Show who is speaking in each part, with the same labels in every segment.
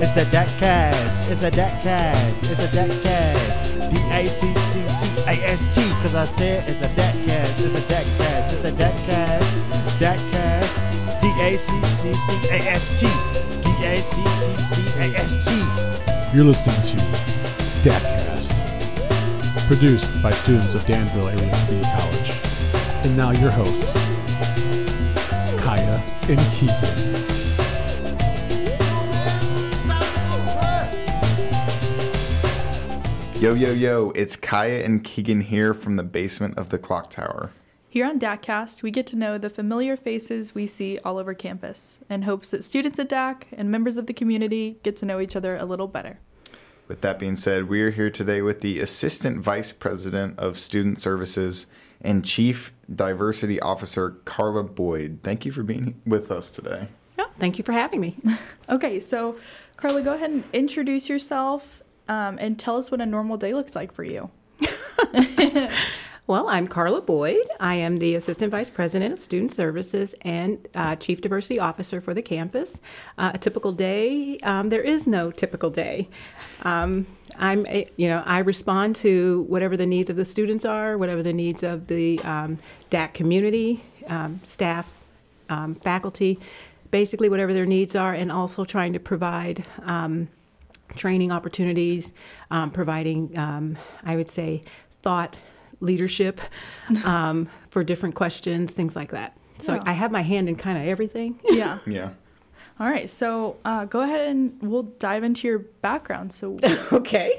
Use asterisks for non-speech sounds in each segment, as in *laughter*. Speaker 1: It's a dat cast. It's a dat cast. It's a dat cast. D A C C C A S T. Cause I said it's a dat cast. It's a dat cast. It's a dat cast. Dat cast. D A C C C A S T. D A C C C A S T.
Speaker 2: You're listening to DATcast, produced by students of Danville Area Community College. And now your hosts, Kaya and Keegan.
Speaker 3: Yo, yo, yo, it's Kaya and Keegan here from the basement of the clock tower.
Speaker 4: Here on DACcast, we get to know the familiar faces we see all over campus in hopes that students at DAC and members of the community get to know each other a little better.
Speaker 3: With that being said, we are here today with the Assistant Vice President of Student Services and Chief Diversity Officer Carla Boyd. Thank you for being with us today.
Speaker 5: Oh, thank you for having me.
Speaker 4: Okay, so Carla, go ahead and introduce yourself um, and tell us what a normal day looks like for you.
Speaker 5: Well, I'm Carla Boyd. I am the Assistant Vice President of Student Services and uh, Chief Diversity Officer for the campus. Uh, a typical day, um, there is no typical day. Um, I'm, a, you know, I respond to whatever the needs of the students are, whatever the needs of the um, DAC community, um, staff, um, faculty, basically whatever their needs are, and also trying to provide. Um, training opportunities, um, providing, um, I would say, thought
Speaker 4: *laughs*
Speaker 5: leadership um, for different questions, things like that. So
Speaker 4: Yeah.
Speaker 5: I have my hand in kind of everything. *laughs*
Speaker 4: Yeah.
Speaker 3: Yeah.
Speaker 4: *laughs* All right, so uh, go ahead and we'll dive into your background. So, *laughs*
Speaker 5: okay.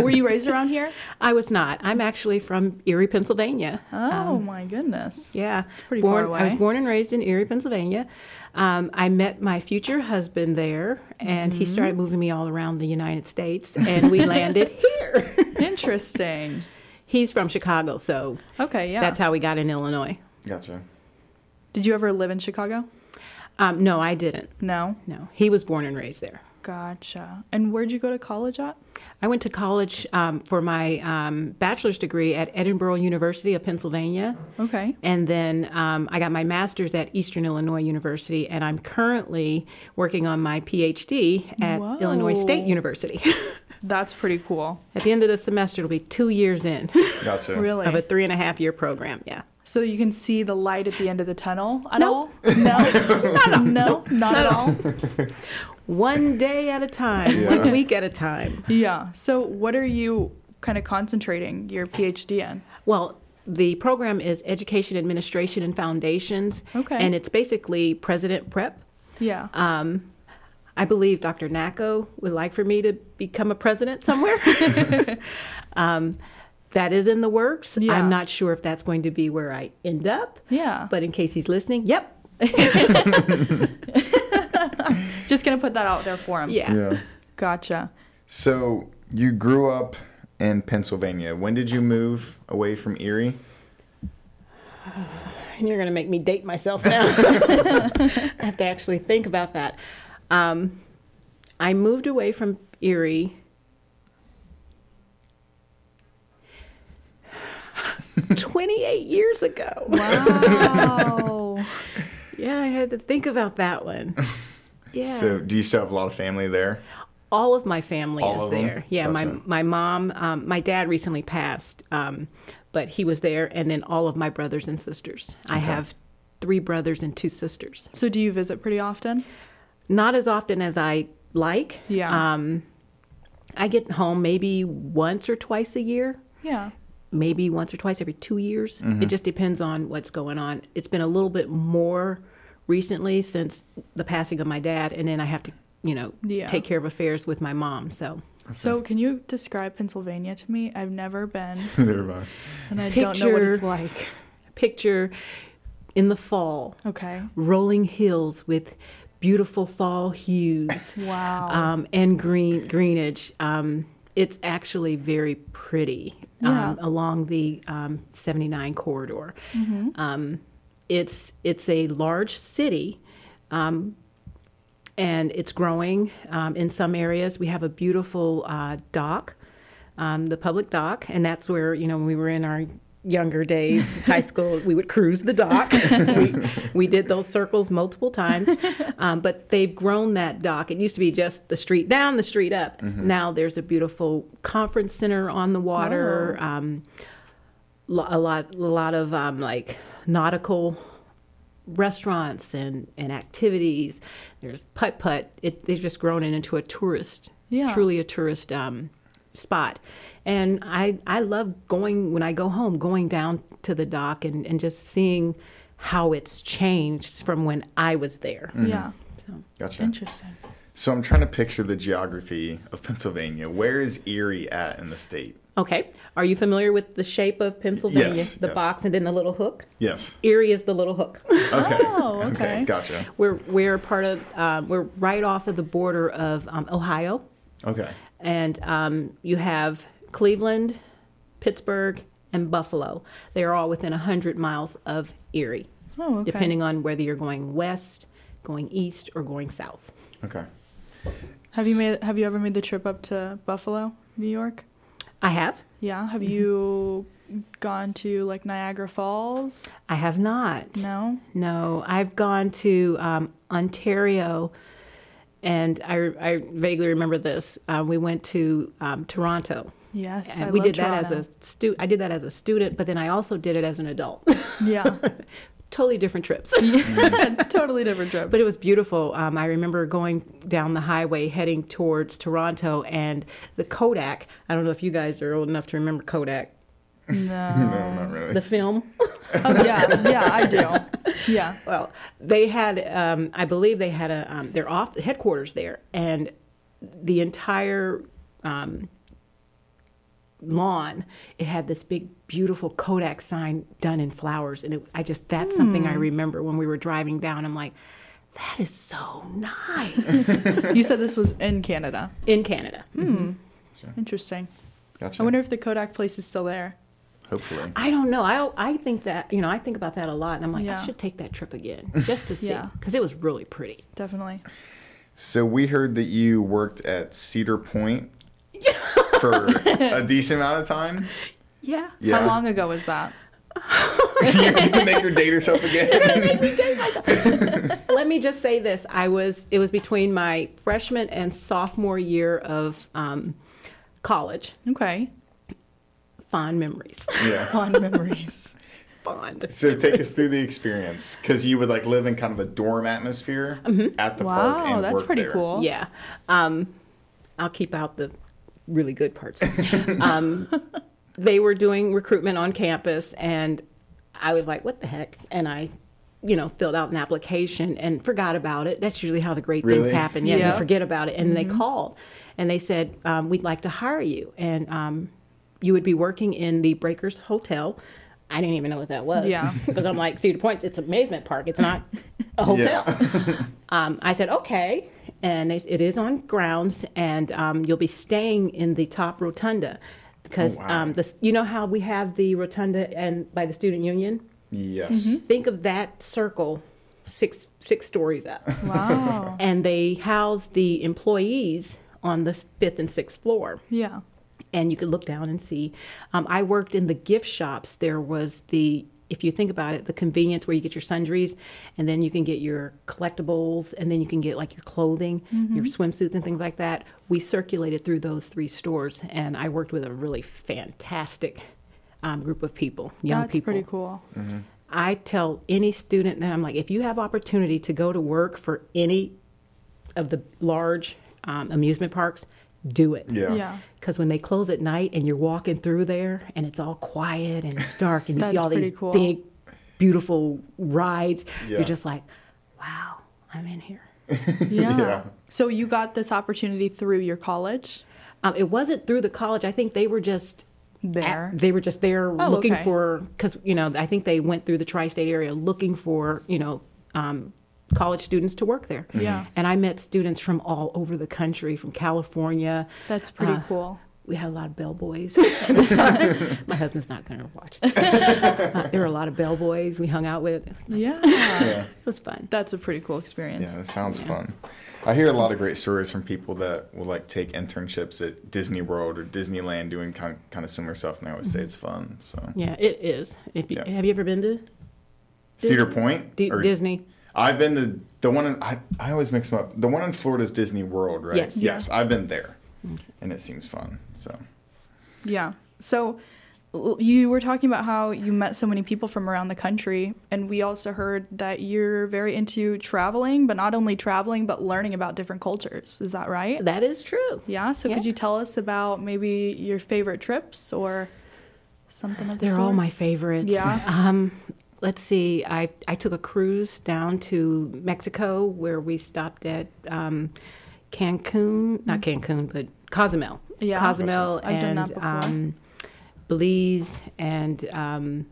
Speaker 4: were you raised around here?
Speaker 5: *laughs* I was not. I'm actually from Erie, Pennsylvania.
Speaker 4: Oh my goodness.
Speaker 5: Yeah.
Speaker 4: pretty
Speaker 5: born,
Speaker 4: far
Speaker 5: I was
Speaker 4: away.
Speaker 5: born and raised in Erie, Pennsylvania. Um, I met my future husband there, and he
Speaker 4: Mm-hmm.
Speaker 5: started moving me all around the United States, and we
Speaker 4: *laughs*
Speaker 5: landed here. *laughs*
Speaker 4: Interesting.
Speaker 5: He's from Chicago, so
Speaker 4: Okay, yeah.
Speaker 5: that's how we got in Illinois.
Speaker 3: Gotcha.
Speaker 4: Did you ever live in Chicago?
Speaker 5: Um, no, I didn't.
Speaker 4: No.
Speaker 5: No, he was born and raised there.
Speaker 4: Gotcha. And where'd you go to college at?
Speaker 5: I went to college um, for my um, bachelor's degree at Edinburgh University of Pennsylvania,
Speaker 4: Okay.
Speaker 5: and then um, I got my master's at Eastern Illinois University, and I'm currently working on my PhD at
Speaker 4: Whoa.
Speaker 5: Illinois State University. *laughs*
Speaker 4: That's pretty cool.
Speaker 5: at the end of the semester, it'll be two years in *laughs*
Speaker 3: Gotcha.
Speaker 4: Really?
Speaker 5: of a three and a half year program. Yeah.
Speaker 4: so you can see the light at the end of the tunnel at
Speaker 5: No.
Speaker 4: all?
Speaker 5: *laughs*
Speaker 4: No. not No, not at all.
Speaker 5: One day at a time,
Speaker 3: Yeah.
Speaker 5: one week at a time.
Speaker 4: Yeah. So what are you kind of concentrating your PhD in?
Speaker 5: Well, the program is Education Administration and Foundations.
Speaker 4: Okay.
Speaker 5: And it's basically President Prep.
Speaker 4: Yeah.
Speaker 5: Um, I believe Dr. Nacko would like for me to become a president *laughs* somewhere. um, that is in the works.
Speaker 4: Yeah.
Speaker 5: I'm not sure if that's going to be where I end up,
Speaker 4: yeah.
Speaker 5: but in case he's listening, yep.
Speaker 4: Just going to put that out there for him.
Speaker 5: Yeah.
Speaker 3: Yeah.
Speaker 5: *laughs*
Speaker 4: Gotcha.
Speaker 3: So you grew up in Pennsylvania. When did you move away from Erie?
Speaker 5: And *laughs* you're going to make me date myself *laughs* now. I have to actually think about that. Um, I moved away from Erie. *sighs* Twenty-eight years ago.
Speaker 4: Wow.
Speaker 5: Yeah, I had to think about that
Speaker 3: *laughs*
Speaker 5: one. Yeah.
Speaker 3: So do you still have a lot of family there? *laughs*
Speaker 5: all of my family
Speaker 3: All
Speaker 5: is
Speaker 3: of them?
Speaker 5: there. Yeah, my
Speaker 3: Gotcha.
Speaker 5: my mom, um, my dad recently passed, um, but he was there, and then all of my brothers and sisters. I have three brothers and two sisters.
Speaker 4: so do you visit pretty often?
Speaker 5: Not as often as I like.
Speaker 4: Yeah.
Speaker 5: Um, I get home maybe once or twice a year.
Speaker 4: Yeah.
Speaker 5: maybe once or twice every two years. It just depends on what's going on. It's been a little bit more recently since the passing of my dad, and then I have to, you know,
Speaker 4: Yeah.
Speaker 5: take care of affairs with my mom. So
Speaker 4: So can you describe Pennsylvania to me? I've never been
Speaker 3: Never mind.
Speaker 4: and I
Speaker 5: picture
Speaker 4: don't know what it's like.
Speaker 5: picture in the fall,
Speaker 4: Okay.
Speaker 5: rolling hills with beautiful fall hues
Speaker 4: Wow.
Speaker 5: um, and green greenage. Um, it's actually very pretty
Speaker 4: Yeah.
Speaker 5: um, along the um, 79 corridor.
Speaker 4: Mm-hmm.
Speaker 5: Um, it's it's a large city, um, and it's growing. Um, in some areas, we have a beautiful uh, dock, um, the public dock, and that's where you know when we were in our younger days, high school, we would cruise the dock. we, we did those circles multiple times, um, but they've grown that dock. It used to be just the street down, the street up. Now there's a beautiful conference center on the water. Um, lo- a lot, a lot of um, like nautical restaurants and, and activities. There's putt putt. It they've just grown it into a tourist,
Speaker 4: Yeah.
Speaker 5: truly a tourist um, spot. And I I love going when I go home, going down to the dock and, and just seeing how it's changed from when I was there.
Speaker 4: Yeah.
Speaker 3: Gotcha.
Speaker 4: Interesting.
Speaker 3: So I'm trying to picture the geography of Pennsylvania. Where is Erie at in the state?
Speaker 5: Okay. Are you familiar with the shape of Pennsylvania?
Speaker 3: Yes,
Speaker 5: the
Speaker 3: yes.
Speaker 5: box and then the little hook?
Speaker 3: Yes.
Speaker 5: Erie is the little hook.
Speaker 3: *laughs*
Speaker 5: *laughs*
Speaker 3: Okay.
Speaker 4: Oh, okay.
Speaker 3: Gotcha.
Speaker 5: we're we're part of um, we're right off of the border of um, Ohio.
Speaker 3: Okay.
Speaker 5: and um, you have Cleveland, Pittsburgh, and Buffalo. They are all within 100 miles of Erie,
Speaker 4: Oh, okay.
Speaker 5: depending on whether you're going west, going east, or going south.
Speaker 3: Okay.
Speaker 4: Have you made have you ever made the trip up to Buffalo, New York?
Speaker 5: I have.
Speaker 4: Yeah. Have
Speaker 5: Mm-hmm.
Speaker 4: you gone to like Niagara Falls?
Speaker 5: I have not.
Speaker 4: No.
Speaker 5: No, I've gone to um, Ontario, and I, I vaguely remember this. Uh, we went to um, Toronto.
Speaker 4: Yes.
Speaker 5: And
Speaker 4: I
Speaker 5: we
Speaker 4: love
Speaker 5: did that as
Speaker 4: Toronto.
Speaker 5: a student. I did that as a student, but then I also did it as an adult. *laughs*
Speaker 4: Yeah. *laughs*
Speaker 5: totally different trips.
Speaker 4: totally different trip.
Speaker 5: But it was beautiful. Um, I remember going down the highway heading towards Toronto and the Kodak. I don't know if you guys are old enough to remember Kodak, *laughs*
Speaker 4: no.
Speaker 3: No, not really.
Speaker 5: the film.
Speaker 4: Oh yeah, yeah, I do. Yeah.
Speaker 5: well, they had, um, I believe they had a, um, their off headquarters there, and the entire um, lawn it had this big, beautiful Kodak sign done in flowers, and it, I just that's something I remember when we were driving down. I'm like, that is so nice
Speaker 4: You said this was in Canada.
Speaker 5: in Canada.
Speaker 4: Interesting.
Speaker 3: Gotcha.
Speaker 4: I wonder if the Kodak place is still there.
Speaker 3: Hopefully.
Speaker 5: I don't know. I I think that you know I think about that a lot, and I'm like
Speaker 4: Yeah.
Speaker 5: I should take that trip again
Speaker 4: *laughs*
Speaker 5: just to see
Speaker 4: Yeah.
Speaker 5: because it was really pretty.
Speaker 4: Definitely.
Speaker 3: So we heard that you worked at Cedar
Speaker 4: *laughs*
Speaker 3: Point for a decent amount of time.
Speaker 5: Yeah.
Speaker 3: Yeah.
Speaker 4: How
Speaker 3: *laughs*
Speaker 4: long ago was that?
Speaker 3: you, you can make her date herself
Speaker 4: *laughs*
Speaker 3: again. *laughs*
Speaker 5: Let me just say this: I was it was between my freshman and sophomore year of um, college.
Speaker 4: Okay.
Speaker 5: Fond memories.
Speaker 3: yeah. *laughs*
Speaker 4: Fond memories.
Speaker 5: Fond.
Speaker 3: So take us through the experience because you would like live in kind of a dorm atmosphere at the park.
Speaker 4: Mm-hmm. Wow,
Speaker 3: and
Speaker 4: that's
Speaker 3: work
Speaker 4: pretty
Speaker 3: there.
Speaker 4: cool.
Speaker 5: Yeah. Um, I'll keep out the really good parts. um, they were doing recruitment on campus, and I was like, what the heck? And I, you know, filled out an application and forgot about it. That's usually how the great things
Speaker 3: Really?
Speaker 5: happen. Yeah,
Speaker 4: Yeah.
Speaker 5: you forget about it. And they called and they said, um, we'd like to hire you. And um, you would be working in the Breakers Hotel. I didn't even know what that was. *laughs*
Speaker 4: Yeah.
Speaker 5: Because I'm like, Cedar Points, it's an amusement park. It's not a hotel.
Speaker 3: Yeah.
Speaker 5: Um, I said, okay. And it, it is on grounds, and um, you'll be staying in the top rotunda. Because
Speaker 3: Oh, wow.
Speaker 5: um, the, you know how we have the rotunda and by the student union?
Speaker 3: Yes.
Speaker 4: Mm-hmm.
Speaker 5: Think of that circle six, six stories up.
Speaker 4: Wow.
Speaker 5: and they house the employees on the fifth and sixth floor
Speaker 4: Yeah.
Speaker 5: and you could look down and see. Um, I worked in the gift shops. There was the, if you think about it, the convenience where you get your sundries, and then you can get your collectibles, and then you can get like your clothing, your
Speaker 4: Mm-hmm.
Speaker 5: swimsuits, and things like that. We circulated through those three stores, and I worked with a really fantastic um, group of people, young
Speaker 4: That's
Speaker 5: people.
Speaker 4: pretty cool.
Speaker 5: I tell any student that I'm like, if you have opportunity to go to work for any of the large um, amusement parks, do it.
Speaker 3: Yeah.
Speaker 4: Yeah.
Speaker 5: Because when they close at night and you're walking through there and it's all quiet and it's dark and you
Speaker 4: That's
Speaker 5: see all
Speaker 4: pretty
Speaker 5: these
Speaker 4: cool.
Speaker 5: big, beautiful rides,
Speaker 3: Yeah.
Speaker 5: you're just like, wow, I'm in here.
Speaker 3: *laughs*
Speaker 4: Yeah.
Speaker 3: Yeah.
Speaker 4: So you got this opportunity through your college
Speaker 5: Um, it wasn't through the college. I think they were just
Speaker 4: there. Oh,
Speaker 5: they were just there looking
Speaker 4: okay.
Speaker 5: for because you know I think they went through the tri-state area looking for you know um, college students to work there.
Speaker 4: Yeah.
Speaker 5: And I met students from all over the country, from California.
Speaker 4: That's pretty
Speaker 5: uh,
Speaker 4: cool.
Speaker 5: we had a lot of bellboys. at
Speaker 3: *laughs*
Speaker 5: the time. My husband's not going to watch this. Uh,
Speaker 3: *laughs*
Speaker 5: there were a lot of bellboys we hung out with. It was, nice.
Speaker 4: Yeah.
Speaker 3: Yeah.
Speaker 5: It was fun.
Speaker 4: That's a pretty cool experience.
Speaker 3: Yeah, that sounds fun. I hear a lot of great stories from people that will like take internships at Disney World or Disneyland doing kind kind of similar stuff, and I always say it's
Speaker 4: Mm-hmm.
Speaker 3: fun. So
Speaker 5: Yeah, it is. If you,
Speaker 3: Yeah.
Speaker 5: Have you ever been to
Speaker 3: Cedar Point,
Speaker 5: D-
Speaker 3: or-
Speaker 5: Disney?
Speaker 3: I've been to the one. In, I I always mix them up. The one in Florida is Disney World, right?
Speaker 5: Yes.
Speaker 3: Yes, I've been there, and it seems fun. So
Speaker 4: Yeah. So l- you were talking about how you met so many people from around the country, and we also heard that you're very into traveling, but not only traveling, but learning about different cultures. Is that right?
Speaker 5: That is true.
Speaker 4: Yeah. So could
Speaker 5: Yeah.
Speaker 4: you tell us about maybe your favorite trips or something of the
Speaker 5: They're all
Speaker 4: sort?
Speaker 5: my favorites.
Speaker 4: Yeah.
Speaker 5: Um, let's see. I I took a cruise down to Mexico where we stopped at um, Cancun, not Cancun, but Cozumel.
Speaker 4: Mm-hmm. Yeah.
Speaker 5: Cozumel
Speaker 4: I've done
Speaker 5: and
Speaker 4: that before.
Speaker 5: um, Belize and. Um,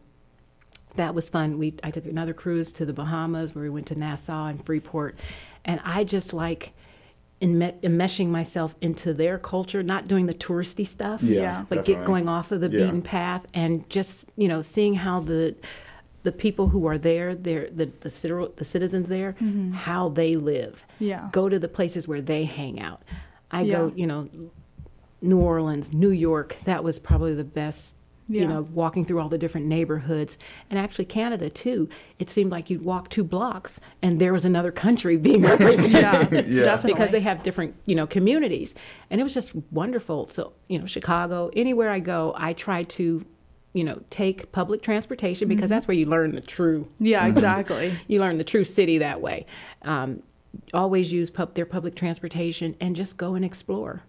Speaker 5: that was fun. We I took another cruise to the Bahamas where we went to Nassau and Freeport, and I just like enme- enmeshing myself into their culture, not doing the touristy stuff,
Speaker 4: Yeah,
Speaker 5: but
Speaker 3: definitely.
Speaker 5: get going off of the
Speaker 3: Yeah.
Speaker 5: beaten path and just you know seeing how the the people who are there, they're, the the, citer- the citizens there, how they live.
Speaker 4: Mm-hmm. Yeah.
Speaker 5: go to the places where they hang out. I
Speaker 4: Yeah.
Speaker 5: go, you know, New Orleans, New York. That was probably the best.
Speaker 4: Yeah.
Speaker 5: You know, walking through all the different neighborhoods and actually Canada too. It seemed like you'd walk two blocks and there was another country *laughs*
Speaker 4: *laughs*
Speaker 5: being represented *laughs*
Speaker 4: yeah, definitely.
Speaker 5: because they have different, you know, communities. And it was just wonderful. So, you know, Chicago, anywhere I go, I try to, you know, take public transportation because that's where you learn the true
Speaker 4: yeah, Mm-hmm. exactly.
Speaker 5: you learn the true city that way. Um, always use pub- their public transportation and just go and explore.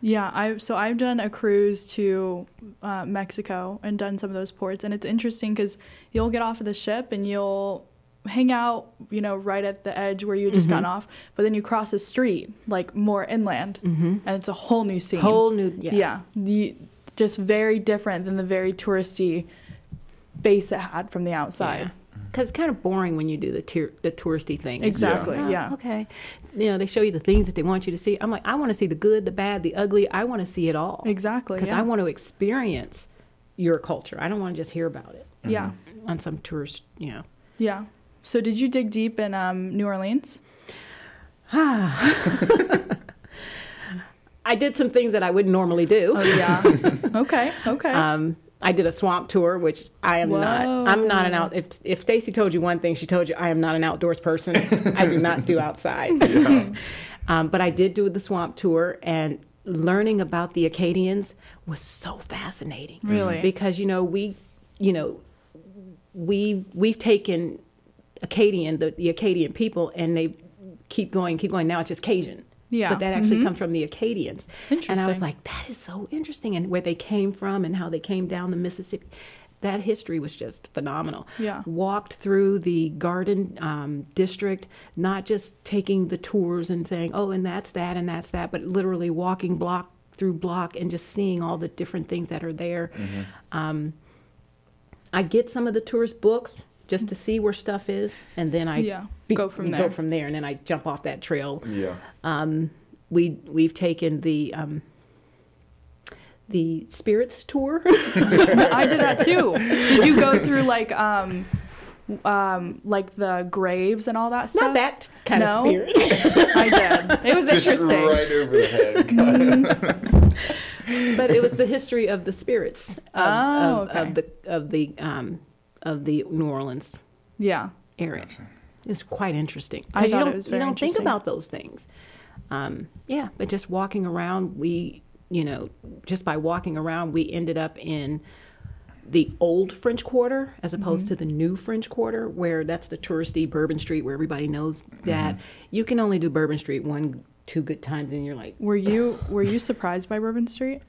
Speaker 4: Yeah, I so I've done a cruise to uh, Mexico and done some of those ports, and it's interesting because you'll get off of the ship and you'll hang out, you know, right at the edge where you just got off, but then you cross a street like more inland, and it's a whole new scene.
Speaker 5: Whole new, yes.
Speaker 4: yeah, the, just very different than the very touristy base it had from the outside.
Speaker 5: Because Mm-hmm. it's kind of boring when you do the tier, the touristy thing. It's just
Speaker 4: Exactly,
Speaker 5: like, oh,
Speaker 4: yeah.
Speaker 5: Okay. You know, they show you the things that they want you to see. I'm like, I want to see the good, the bad, the ugly. I want to see it all.
Speaker 4: Exactly,
Speaker 5: Because
Speaker 4: yeah.
Speaker 5: I want to experience your culture. I don't want to just hear about it
Speaker 4: Yeah,
Speaker 5: on some tourist, you know. *laughs*
Speaker 4: yeah. So did you dig deep in um, New Orleans?
Speaker 5: I did some things that I wouldn't normally do.
Speaker 4: Oh yeah. *laughs* Uh, okay. Okay.
Speaker 5: Um, I did a swamp tour, which I am
Speaker 4: Whoa.
Speaker 5: not. I'm not an out. If if Stacy told you one thing, she told you I am not an outdoors person. I do not do
Speaker 4: *laughs*
Speaker 5: outside. *laughs* um, but I did do the swamp tour, and learning about the Acadians was so fascinating.
Speaker 4: Really?
Speaker 5: because you know we, you know, we we've taken Acadian the, the Acadian people, and they keep going, keep going. Now it's just Cajun.
Speaker 4: Yeah. Mm-hmm.
Speaker 5: But that actually comes from the Acadians. And I was
Speaker 4: Interesting.
Speaker 5: like, that is so interesting. And where they came from and how they came down the Mississippi. That history was just phenomenal.
Speaker 4: Yeah.
Speaker 5: Walked through the garden um, district, not just taking the tours and saying, oh, and that's that and that's that, but literally walking block through block and just seeing all the different things that are there. Um, I get some of the tourist books just to see where stuff is, and then I
Speaker 4: Yeah, go from there.
Speaker 5: Go from there, and then I jump off that trail
Speaker 3: yeah,
Speaker 5: um, we we've taken the um, the spirits tour. *laughs*
Speaker 4: I did that too. Did you go through like um um like the graves and all that stuff?
Speaker 5: Not that kind
Speaker 4: No.
Speaker 5: of
Speaker 4: *laughs*
Speaker 5: spirit.
Speaker 4: I did. It was
Speaker 3: *laughs* just
Speaker 4: interesting.
Speaker 3: right over the
Speaker 4: *laughs*
Speaker 3: head. God.
Speaker 5: but it was the history of the spirits of,
Speaker 4: Oh,
Speaker 5: of,
Speaker 4: okay.
Speaker 5: of the of the um, of the New Orleans
Speaker 4: Yeah.
Speaker 5: area. It's quite interesting.
Speaker 4: I
Speaker 5: 'Cause you
Speaker 4: thought it
Speaker 5: don't,
Speaker 4: was
Speaker 5: you
Speaker 4: very
Speaker 5: don't think
Speaker 4: interesting.
Speaker 5: about those things. Um, yeah, but just walking around, we you know just by walking around, we ended up in the old French Quarter as
Speaker 4: Mm-hmm.
Speaker 5: opposed to the new French Quarter, where that's the touristy Bourbon Street, where everybody knows that you can only do Bourbon Street one two good times, and you're like,
Speaker 4: Were you were you surprised by Bourbon Street?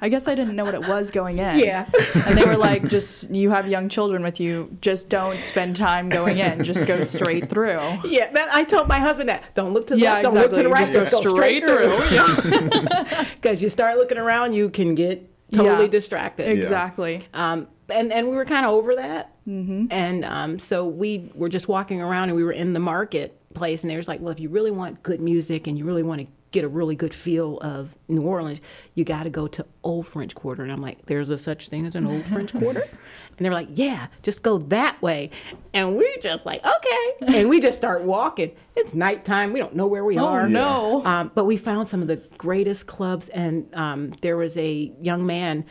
Speaker 4: I guess I didn't know what it was going in.
Speaker 5: Yeah.
Speaker 4: And they were like, just you have young children with you, just don't spend time going in. Just go straight through.
Speaker 5: Yeah, that, I told my husband that. Don't look to the
Speaker 4: Yeah,
Speaker 5: left, don't look to the right,
Speaker 4: exactly. Just
Speaker 5: just
Speaker 4: go
Speaker 5: go straight, *laughs* through. Because you start looking around, you can get totally
Speaker 4: Yeah.
Speaker 5: distracted.
Speaker 4: Exactly.
Speaker 5: Um, and, and we were kind of over that. And um, so we were just walking around and we were in the marketplace, and they was like, well, if you really want good music and you really want to get a really good feel of New Orleans, you got to go to Old French Quarter. And I'm like, there's a such thing as an Old French Quarter? And they're like, yeah, just go that way. And we just like, okay. And we just start walking. It's nighttime. We don't know where we
Speaker 4: Oh,
Speaker 5: are.
Speaker 4: no.
Speaker 5: Um, but we found some of the greatest clubs. And um, there was a young man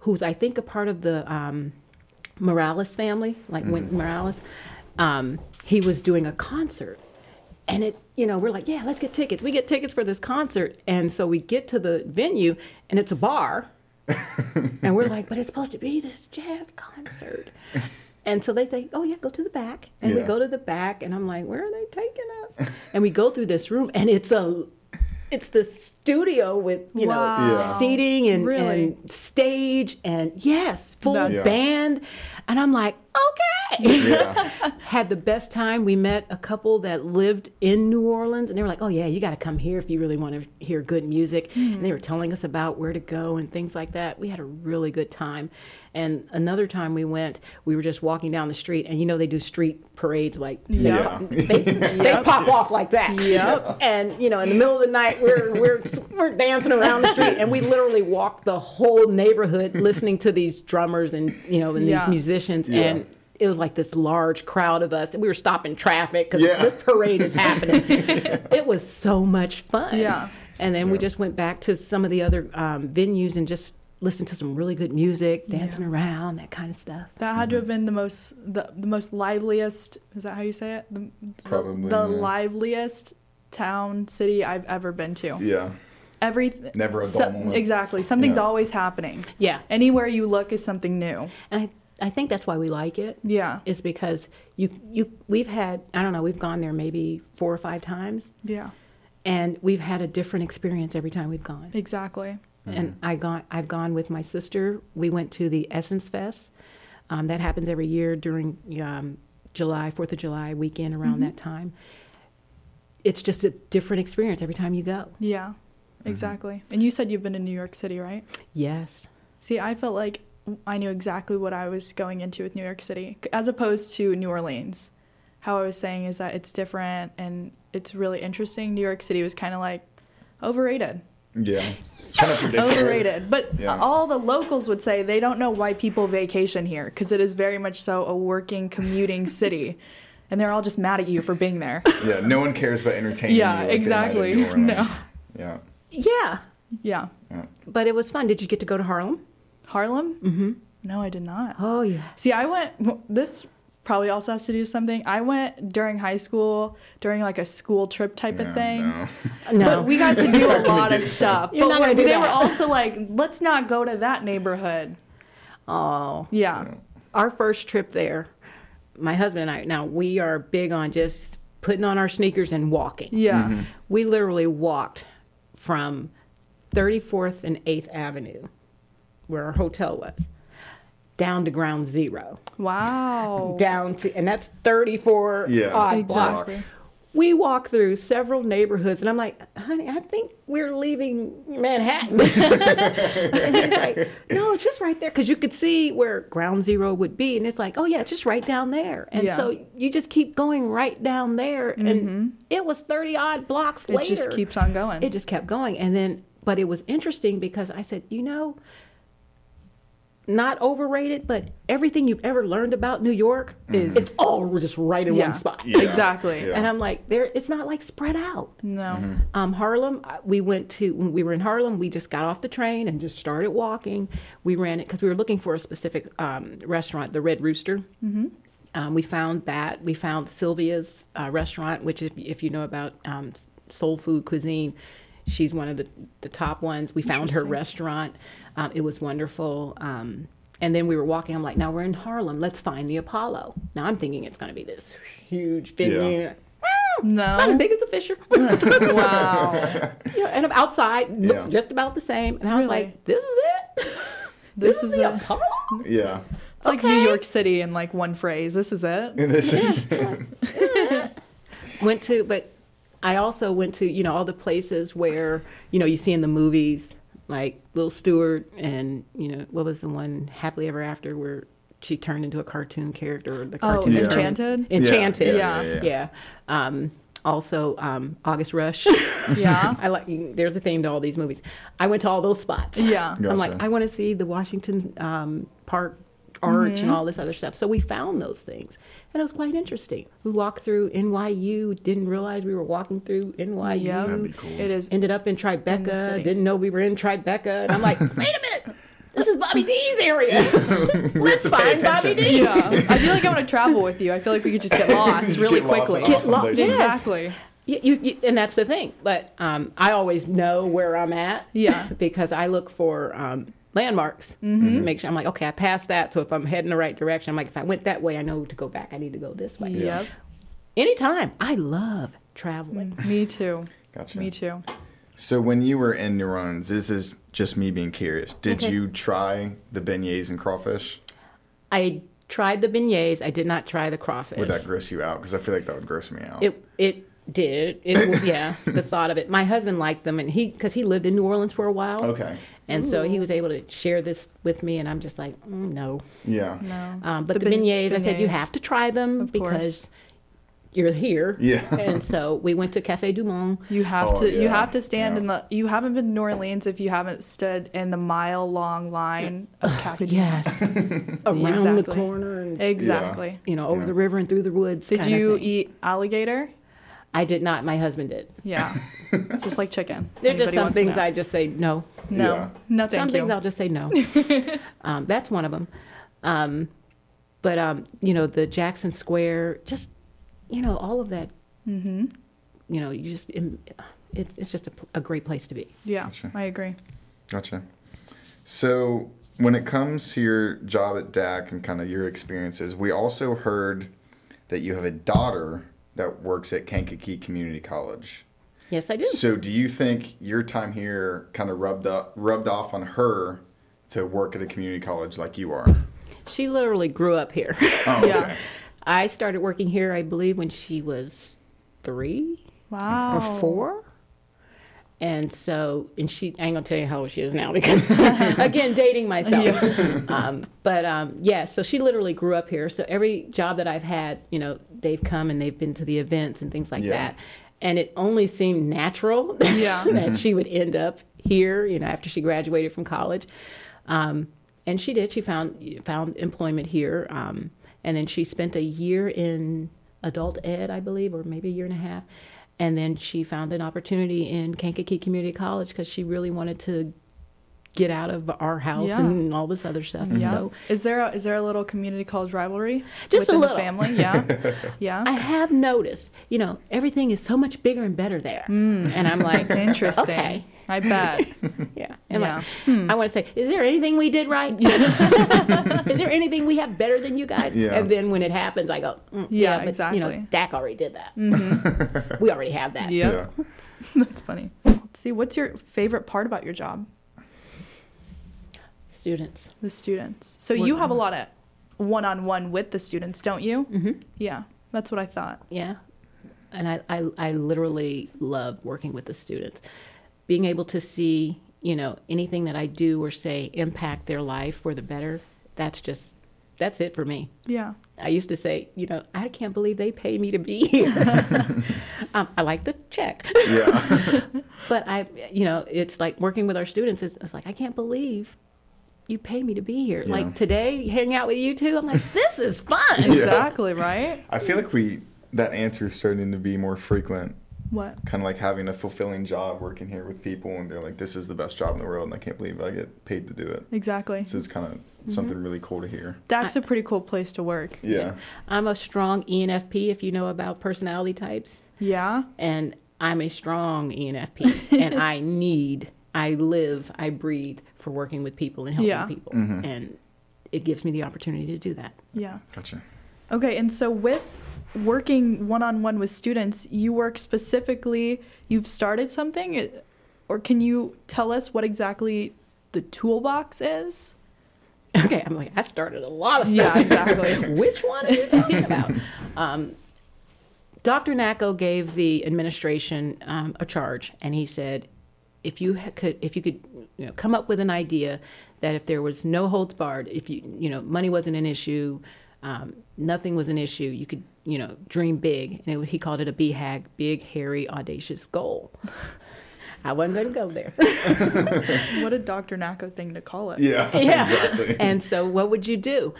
Speaker 5: who's, I think, a part of the um, Morales family, like Wynton Morales. Um, he was doing a concert and it you know we're like yeah let's get tickets we get tickets for this concert and so we get to the venue and it's a bar and we're like but it's supposed to be this jazz concert and so they say oh yeah go to the back and we
Speaker 3: Yeah.
Speaker 5: go to the back and i'm like where are they taking us and we go through this room and it's a it's the studio with you know
Speaker 4: Wow.
Speaker 3: Yeah.
Speaker 5: seating and,
Speaker 4: Really?
Speaker 5: and stage and yes full
Speaker 4: That's-
Speaker 3: Yeah.
Speaker 5: band and i'm like okay
Speaker 3: Yeah.
Speaker 5: *laughs* had the best time. We met a couple that lived in New Orleans, and they were like, "Oh yeah, you got to come here if you really want to hear good music." And
Speaker 4: Mm-hmm.
Speaker 5: they were telling us about where to go and things like that. We had a really good time. And another time we went, we were just walking down the street, and you know they do street parades like they,
Speaker 4: Yeah.
Speaker 5: pop,
Speaker 4: *laughs*
Speaker 5: they, they pop off like that.
Speaker 4: Yep.
Speaker 5: And you know, in the middle of the night, we're we're we're dancing around the street, and we literally walked the whole neighborhood listening to these drummers and you know and
Speaker 4: Yeah.
Speaker 5: these musicians
Speaker 3: Yeah.
Speaker 5: and it was like this large crowd of us, and we were stopping traffic because
Speaker 3: Yeah.
Speaker 5: this parade is
Speaker 3: *laughs*
Speaker 5: happening. it was so much fun.
Speaker 4: Yeah.
Speaker 5: And then we just went back to some of the other um, venues and just listened to some really good music, dancing around, that kind of stuff.
Speaker 4: That had to have been the most the, the most liveliest. Is that how you say it? The,
Speaker 3: Probably,
Speaker 4: the
Speaker 3: yeah.
Speaker 4: liveliest town city I've ever been to.
Speaker 3: yeah.
Speaker 4: Everything.
Speaker 3: Never a dull moment.
Speaker 4: Exactly. Something's
Speaker 3: Yeah.
Speaker 4: always happening.
Speaker 5: Yeah.
Speaker 4: Anywhere you look is something new.
Speaker 5: And I, I think that's why we like it.
Speaker 4: Yeah.
Speaker 5: Is because you you we've had I don't know we've gone there maybe four or five times,
Speaker 4: Yeah.
Speaker 5: and we've had a different experience every time we've gone.
Speaker 4: Exactly.
Speaker 5: and I gone, I've gone with my sister. We went to the Essence Fest. Um, that happens every year during um, July, Fourth of July weekend around that time. It's just a different experience every time you go.
Speaker 4: Yeah.
Speaker 3: Mm-hmm.
Speaker 4: Exactly. And you said you've been in New York City, right?
Speaker 5: Yes.
Speaker 4: See, I felt like I knew exactly what I was going into with New York City, as opposed to New Orleans. How I was saying is that it's different and it's really interesting. New York City was kind of like overrated,
Speaker 3: Yeah. Kind of predictable.
Speaker 4: overrated. But
Speaker 3: Yeah.
Speaker 4: all the locals would say they don't know why people vacation here because it is very much so a working, commuting *laughs* city, and they're all just mad at you for being there.
Speaker 3: *laughs* Yeah. No one cares about entertaining.
Speaker 4: Yeah,
Speaker 3: you like they might in
Speaker 4: exactly.
Speaker 3: New Orleans.
Speaker 4: *laughs* No.
Speaker 3: Yeah.
Speaker 5: Yeah,
Speaker 4: yeah,
Speaker 5: but it was fun. Did you get to go to Harlem?
Speaker 4: Harlem? Mm-hmm. No, I did not.
Speaker 5: Oh yeah.
Speaker 4: See, I went. This probably also has to do something. I went during high school, during like a school trip type
Speaker 3: Yeah,
Speaker 4: of thing.
Speaker 3: no.
Speaker 5: No.
Speaker 4: But we
Speaker 5: *laughs*
Speaker 4: got to
Speaker 3: *laughs*
Speaker 4: do a lot of stuff.
Speaker 5: You're not
Speaker 4: but
Speaker 5: gonna
Speaker 4: like,
Speaker 5: do
Speaker 4: they
Speaker 5: that.
Speaker 4: were also like, let's not go to that neighborhood.
Speaker 5: oh.
Speaker 4: Yeah.
Speaker 5: our first trip there, my husband and I, now we are big on just putting on our sneakers and walking.
Speaker 4: Yeah.
Speaker 3: Mm-hmm.
Speaker 4: Mhm.
Speaker 5: We literally walked from 34th and 8th Avenue, where our hotel was, down to ground zero,
Speaker 4: Wow.
Speaker 5: down to, and that's 34
Speaker 3: Yeah.
Speaker 5: odd blocks.
Speaker 4: Exactly.
Speaker 5: We walked through several neighborhoods, and I'm like, honey, I think we're leaving Manhattan. *laughs* And he's like, no, it's just right there. Because you could see where ground zero would be. And it's like, oh, yeah, it's just right down there. And
Speaker 4: Yeah.
Speaker 5: so you just keep going right down there. And it was 30 odd blocks
Speaker 4: It
Speaker 5: later.
Speaker 4: just keeps on going.
Speaker 5: It just kept going. And then, but it was interesting because I said, you know, not overrated, but everything you've ever learned about New York is it's all just right in
Speaker 4: Yeah.
Speaker 5: one spot. *laughs*
Speaker 3: Yeah.
Speaker 4: Exactly.
Speaker 3: Yeah. Mm-hmm.
Speaker 5: And I'm like, there, it's not like spread out.
Speaker 4: No.
Speaker 5: Um, Harlem, I- we went to, when we were in Harlem, we just got off the train and just started walking. We ran it because we were looking for a specific um, restaurant, the Red Rooster. Um, we found that. We found Sylvia's uh, restaurant, which, if, if you know about um, s- soul food cuisine, she's one of the, the top ones. We found her restaurant. Um, it was wonderful. Um, and then we were walking. I'm like, now we're in Harlem. Let's find the Apollo. Now I'm thinking it's going to be this huge venue.
Speaker 3: Yeah.
Speaker 5: Ah,
Speaker 4: No.
Speaker 5: Not as big as the *laughs* Fisher.
Speaker 4: Wow.
Speaker 5: Yeah, and I'm outside looks
Speaker 3: Yeah.
Speaker 5: just about the same. And I was
Speaker 4: Really?
Speaker 5: like, this is it. *laughs* this,
Speaker 4: This
Speaker 5: is,
Speaker 4: is
Speaker 5: the
Speaker 4: it.
Speaker 5: Apollo.
Speaker 3: Yeah. *laughs*
Speaker 4: It's like New
Speaker 5: Okay.
Speaker 4: York City in like one phrase. This is it.
Speaker 3: And this is
Speaker 5: Went to, but I also went to you know all the places where you know you see in the movies like Little Stewart and you know what was the one Happily Ever After where she turned into a cartoon character. Or the
Speaker 4: Oh,
Speaker 5: cartoon
Speaker 3: Yeah.
Speaker 5: character.
Speaker 4: Enchanted?
Speaker 5: Enchanted.
Speaker 3: Yeah,
Speaker 5: Yeah.
Speaker 3: yeah,
Speaker 5: Um, also um, August *laughs* Rush.
Speaker 4: Yeah.
Speaker 5: I like. There's a theme to all these movies. I went to all those spots.
Speaker 4: Yeah.
Speaker 5: I'm like,
Speaker 3: Gotcha.
Speaker 5: I want to see the Washington um, Park Arch
Speaker 4: Mm-hmm.
Speaker 5: and all this other stuff. So we found those things, and it was quite interesting. We walked through NYU. Didn't realize we were walking through NYU.
Speaker 4: Yep.
Speaker 3: That'd be cool.
Speaker 4: It is.
Speaker 5: Ended up in Tribeca.
Speaker 4: city.
Speaker 5: didn't know we were in Tribeca, and I'm
Speaker 4: *laughs*
Speaker 5: like, wait a minute. This is Bobby D's
Speaker 3: *laughs*
Speaker 5: area.
Speaker 3: We have
Speaker 5: Let's
Speaker 3: to pay
Speaker 5: find Bobby
Speaker 3: attention.
Speaker 5: D.
Speaker 4: yeah. I feel like I want to travel with you. I feel like we could
Speaker 3: *laughs*
Speaker 4: just get lost
Speaker 3: Just
Speaker 4: really
Speaker 3: get lost
Speaker 4: quickly.
Speaker 3: in awesome
Speaker 5: Get lo-
Speaker 3: places.
Speaker 5: Yes.
Speaker 4: Exactly.
Speaker 5: You, you, you- and that's the thing. But um, I always know where I'm at.
Speaker 4: Yeah.
Speaker 5: *laughs* Because I look for um, landmarks. To make sure I'm like, okay, I passed that. So if I'm heading the right direction, I'm like, if I went that way, I know to go back. I need to go this way.
Speaker 4: Yep.
Speaker 5: Anytime. I love traveling.
Speaker 4: Me too.
Speaker 3: Gotcha.
Speaker 4: Me too.
Speaker 3: So when you were in New Orleans, this is just me being curious. Did
Speaker 5: Okay.
Speaker 3: you try the beignets and crawfish?
Speaker 5: I tried the beignets. I did not try the crawfish.
Speaker 3: Would that gross you out? Because I feel like that would gross me out.
Speaker 5: It it did. It was, yeah.
Speaker 3: *laughs*
Speaker 5: The thought of it. My husband liked them, and he because he lived in New Orleans for a while.
Speaker 3: okay.
Speaker 5: And so he was able to share this with me, and I'm just like, mm, no.
Speaker 3: Yeah.
Speaker 4: No.
Speaker 5: Um, but
Speaker 4: The
Speaker 5: the,
Speaker 4: beig-
Speaker 5: beignets, I said you
Speaker 4: beignets.
Speaker 5: have to try them
Speaker 4: Of
Speaker 5: because
Speaker 4: course.
Speaker 5: you're here.
Speaker 3: Yeah.
Speaker 5: and so we went to Cafe Du Monde.
Speaker 4: You have
Speaker 3: Oh,
Speaker 4: to you
Speaker 3: yeah.
Speaker 4: have to stand
Speaker 3: Yeah.
Speaker 4: in the you haven't been to New Orleans if you haven't stood in the mile long line of Cafe Du Monde.
Speaker 5: Yes. *laughs* Around
Speaker 4: Exactly.
Speaker 5: the corner and
Speaker 4: Exactly.
Speaker 5: you know over
Speaker 3: Yeah.
Speaker 5: the river and through the woods.
Speaker 4: Did
Speaker 5: kinda
Speaker 4: you
Speaker 5: thing.
Speaker 4: eat alligator?
Speaker 5: I did not. My husband did. *laughs*
Speaker 4: Yeah. it's just like chicken.
Speaker 5: There's just
Speaker 4: Anybody
Speaker 5: some
Speaker 4: wants to
Speaker 5: things
Speaker 4: know.
Speaker 5: I just say no.
Speaker 4: No.
Speaker 3: Yeah.
Speaker 4: No thank
Speaker 5: some
Speaker 4: you.
Speaker 5: things I'll just say *laughs* no. um, that's one of them. Um, but um, you know the Jackson Square, just you know all of that. Mm-hmm. You know, you just it's it's just a, pl- a great place to be.
Speaker 4: yeah.
Speaker 3: Gotcha.
Speaker 4: I agree.
Speaker 3: *laughs* Gotcha. So when it comes to your job at DAC and kind of your experiences, we also heard that you have a daughter that works at Kankakee Community College.
Speaker 5: Yes, I do.
Speaker 3: So do you think your time here kind of rubbed up, rubbed off on her to work at a community college like you are?
Speaker 5: She literally grew up here. *laughs*
Speaker 3: Oh,
Speaker 4: Yeah.
Speaker 3: okay.
Speaker 5: I started working here, I believe, when she was three
Speaker 4: Wow.
Speaker 5: or four. And so, and she, I ain't gonna tell you how old she is now because, *laughs* again, dating myself. Um, but um, yeah, so she literally grew up here. So every job that I've had, you know, they've come and they've been to the events and things like
Speaker 3: Yeah.
Speaker 5: that. And it only seemed natural *laughs*
Speaker 4: Yeah.
Speaker 5: that she would end up here, you know, after she graduated from college. Um, and she did. She found found employment here, um, and then she spent a year in adult ed, I believe, or maybe a year and a half. And then she found an opportunity in Kankakee Community College because she really wanted to get out of our house
Speaker 4: Yeah.
Speaker 5: and all this other stuff. And
Speaker 4: Yeah.
Speaker 5: so
Speaker 4: is there a, is there a little community college rivalry
Speaker 5: Just a
Speaker 4: within
Speaker 5: little.
Speaker 4: the family? Yeah.
Speaker 5: *laughs*
Speaker 4: Yeah.
Speaker 5: I have noticed, you know, everything is so much bigger and better there.
Speaker 4: Mm.
Speaker 5: And I'm like,
Speaker 4: *laughs* Interesting.
Speaker 5: Okay. *laughs*
Speaker 4: I bet.
Speaker 5: Yeah. And
Speaker 4: Yeah.
Speaker 5: like, I Hmm. want to say, is there anything we did right? *laughs* is there anything we have better than you guys?
Speaker 3: Yeah.
Speaker 5: And then when it happens, I go, mm,
Speaker 4: Yeah,
Speaker 5: but, You know,
Speaker 4: exactly.
Speaker 5: Dak already did that. we already have that.
Speaker 4: Yep.
Speaker 3: Yeah.
Speaker 4: *laughs* That's funny. Let's see, what's your favorite part about your job?
Speaker 5: Students.
Speaker 4: The students. So you have a lot of one-on-one with the students, don't you? Mm-hmm. Yeah, that's what I thought.
Speaker 5: Yeah. And I, I, I literally love working with the students. Being able to see, you know, anything that I do or say impact their life for the better, that's just, that's it for me. *laughs*
Speaker 4: Yeah.
Speaker 5: I used to say, you know, I can't believe they pay me to be here. *laughs* um, I like the check. *laughs*
Speaker 3: Yeah.
Speaker 5: But I, you know, it's like working with our students. It's, it's like I can't believe you pay me to be here. Like today, hanging out with you two, I'm like, this is
Speaker 4: *laughs*
Speaker 5: fun.
Speaker 4: Exactly, right?
Speaker 3: I feel like we that answer is starting to be more frequent.
Speaker 4: What?
Speaker 3: Kind of like having a fulfilling job working here with people, and they're like, "This is the best job in the world," and I can't believe I get paid to do it.
Speaker 4: Exactly.
Speaker 3: So it's kind of
Speaker 5: Mm-hmm.
Speaker 3: something really cool to hear.
Speaker 4: That's a pretty cool place to work.
Speaker 3: Yeah.
Speaker 5: I'm a strong E ENFP. If you know about personality types,
Speaker 4: Yeah.
Speaker 5: and I'm a strong E
Speaker 4: *laughs*
Speaker 5: ENFP, and I need, I live, I breathe for working with people and helping
Speaker 4: Yeah. Mm-hmm.
Speaker 5: people, and it gives me the opportunity to do that. *laughs*
Speaker 4: Yeah.
Speaker 3: Gotcha.
Speaker 4: Okay, and so with working one-on-one with students, you work specifically you've started something It- or can you tell us what exactly the toolbox is?
Speaker 5: Okay, I'm like, I started a lot of stuff.
Speaker 4: *laughs* Yeah, exactly.
Speaker 5: Which one are you talking about? Um, Dr. Nacko gave the administration um, a charge, and he said, if you ha- could, if you could, you know, come up with an idea that if there was no holds barred, if you, you know, money wasn't an issue, Um, nothing was an issue. You could, you know, dream big. And it, he called it a BHAG, big, hairy, audacious goal. *laughs* I wasn't going to go there.
Speaker 4: What a Dr. Nacko thing to call it.
Speaker 3: Yeah.
Speaker 5: *laughs* yeah.
Speaker 3: Exactly.
Speaker 5: And so, what would you do?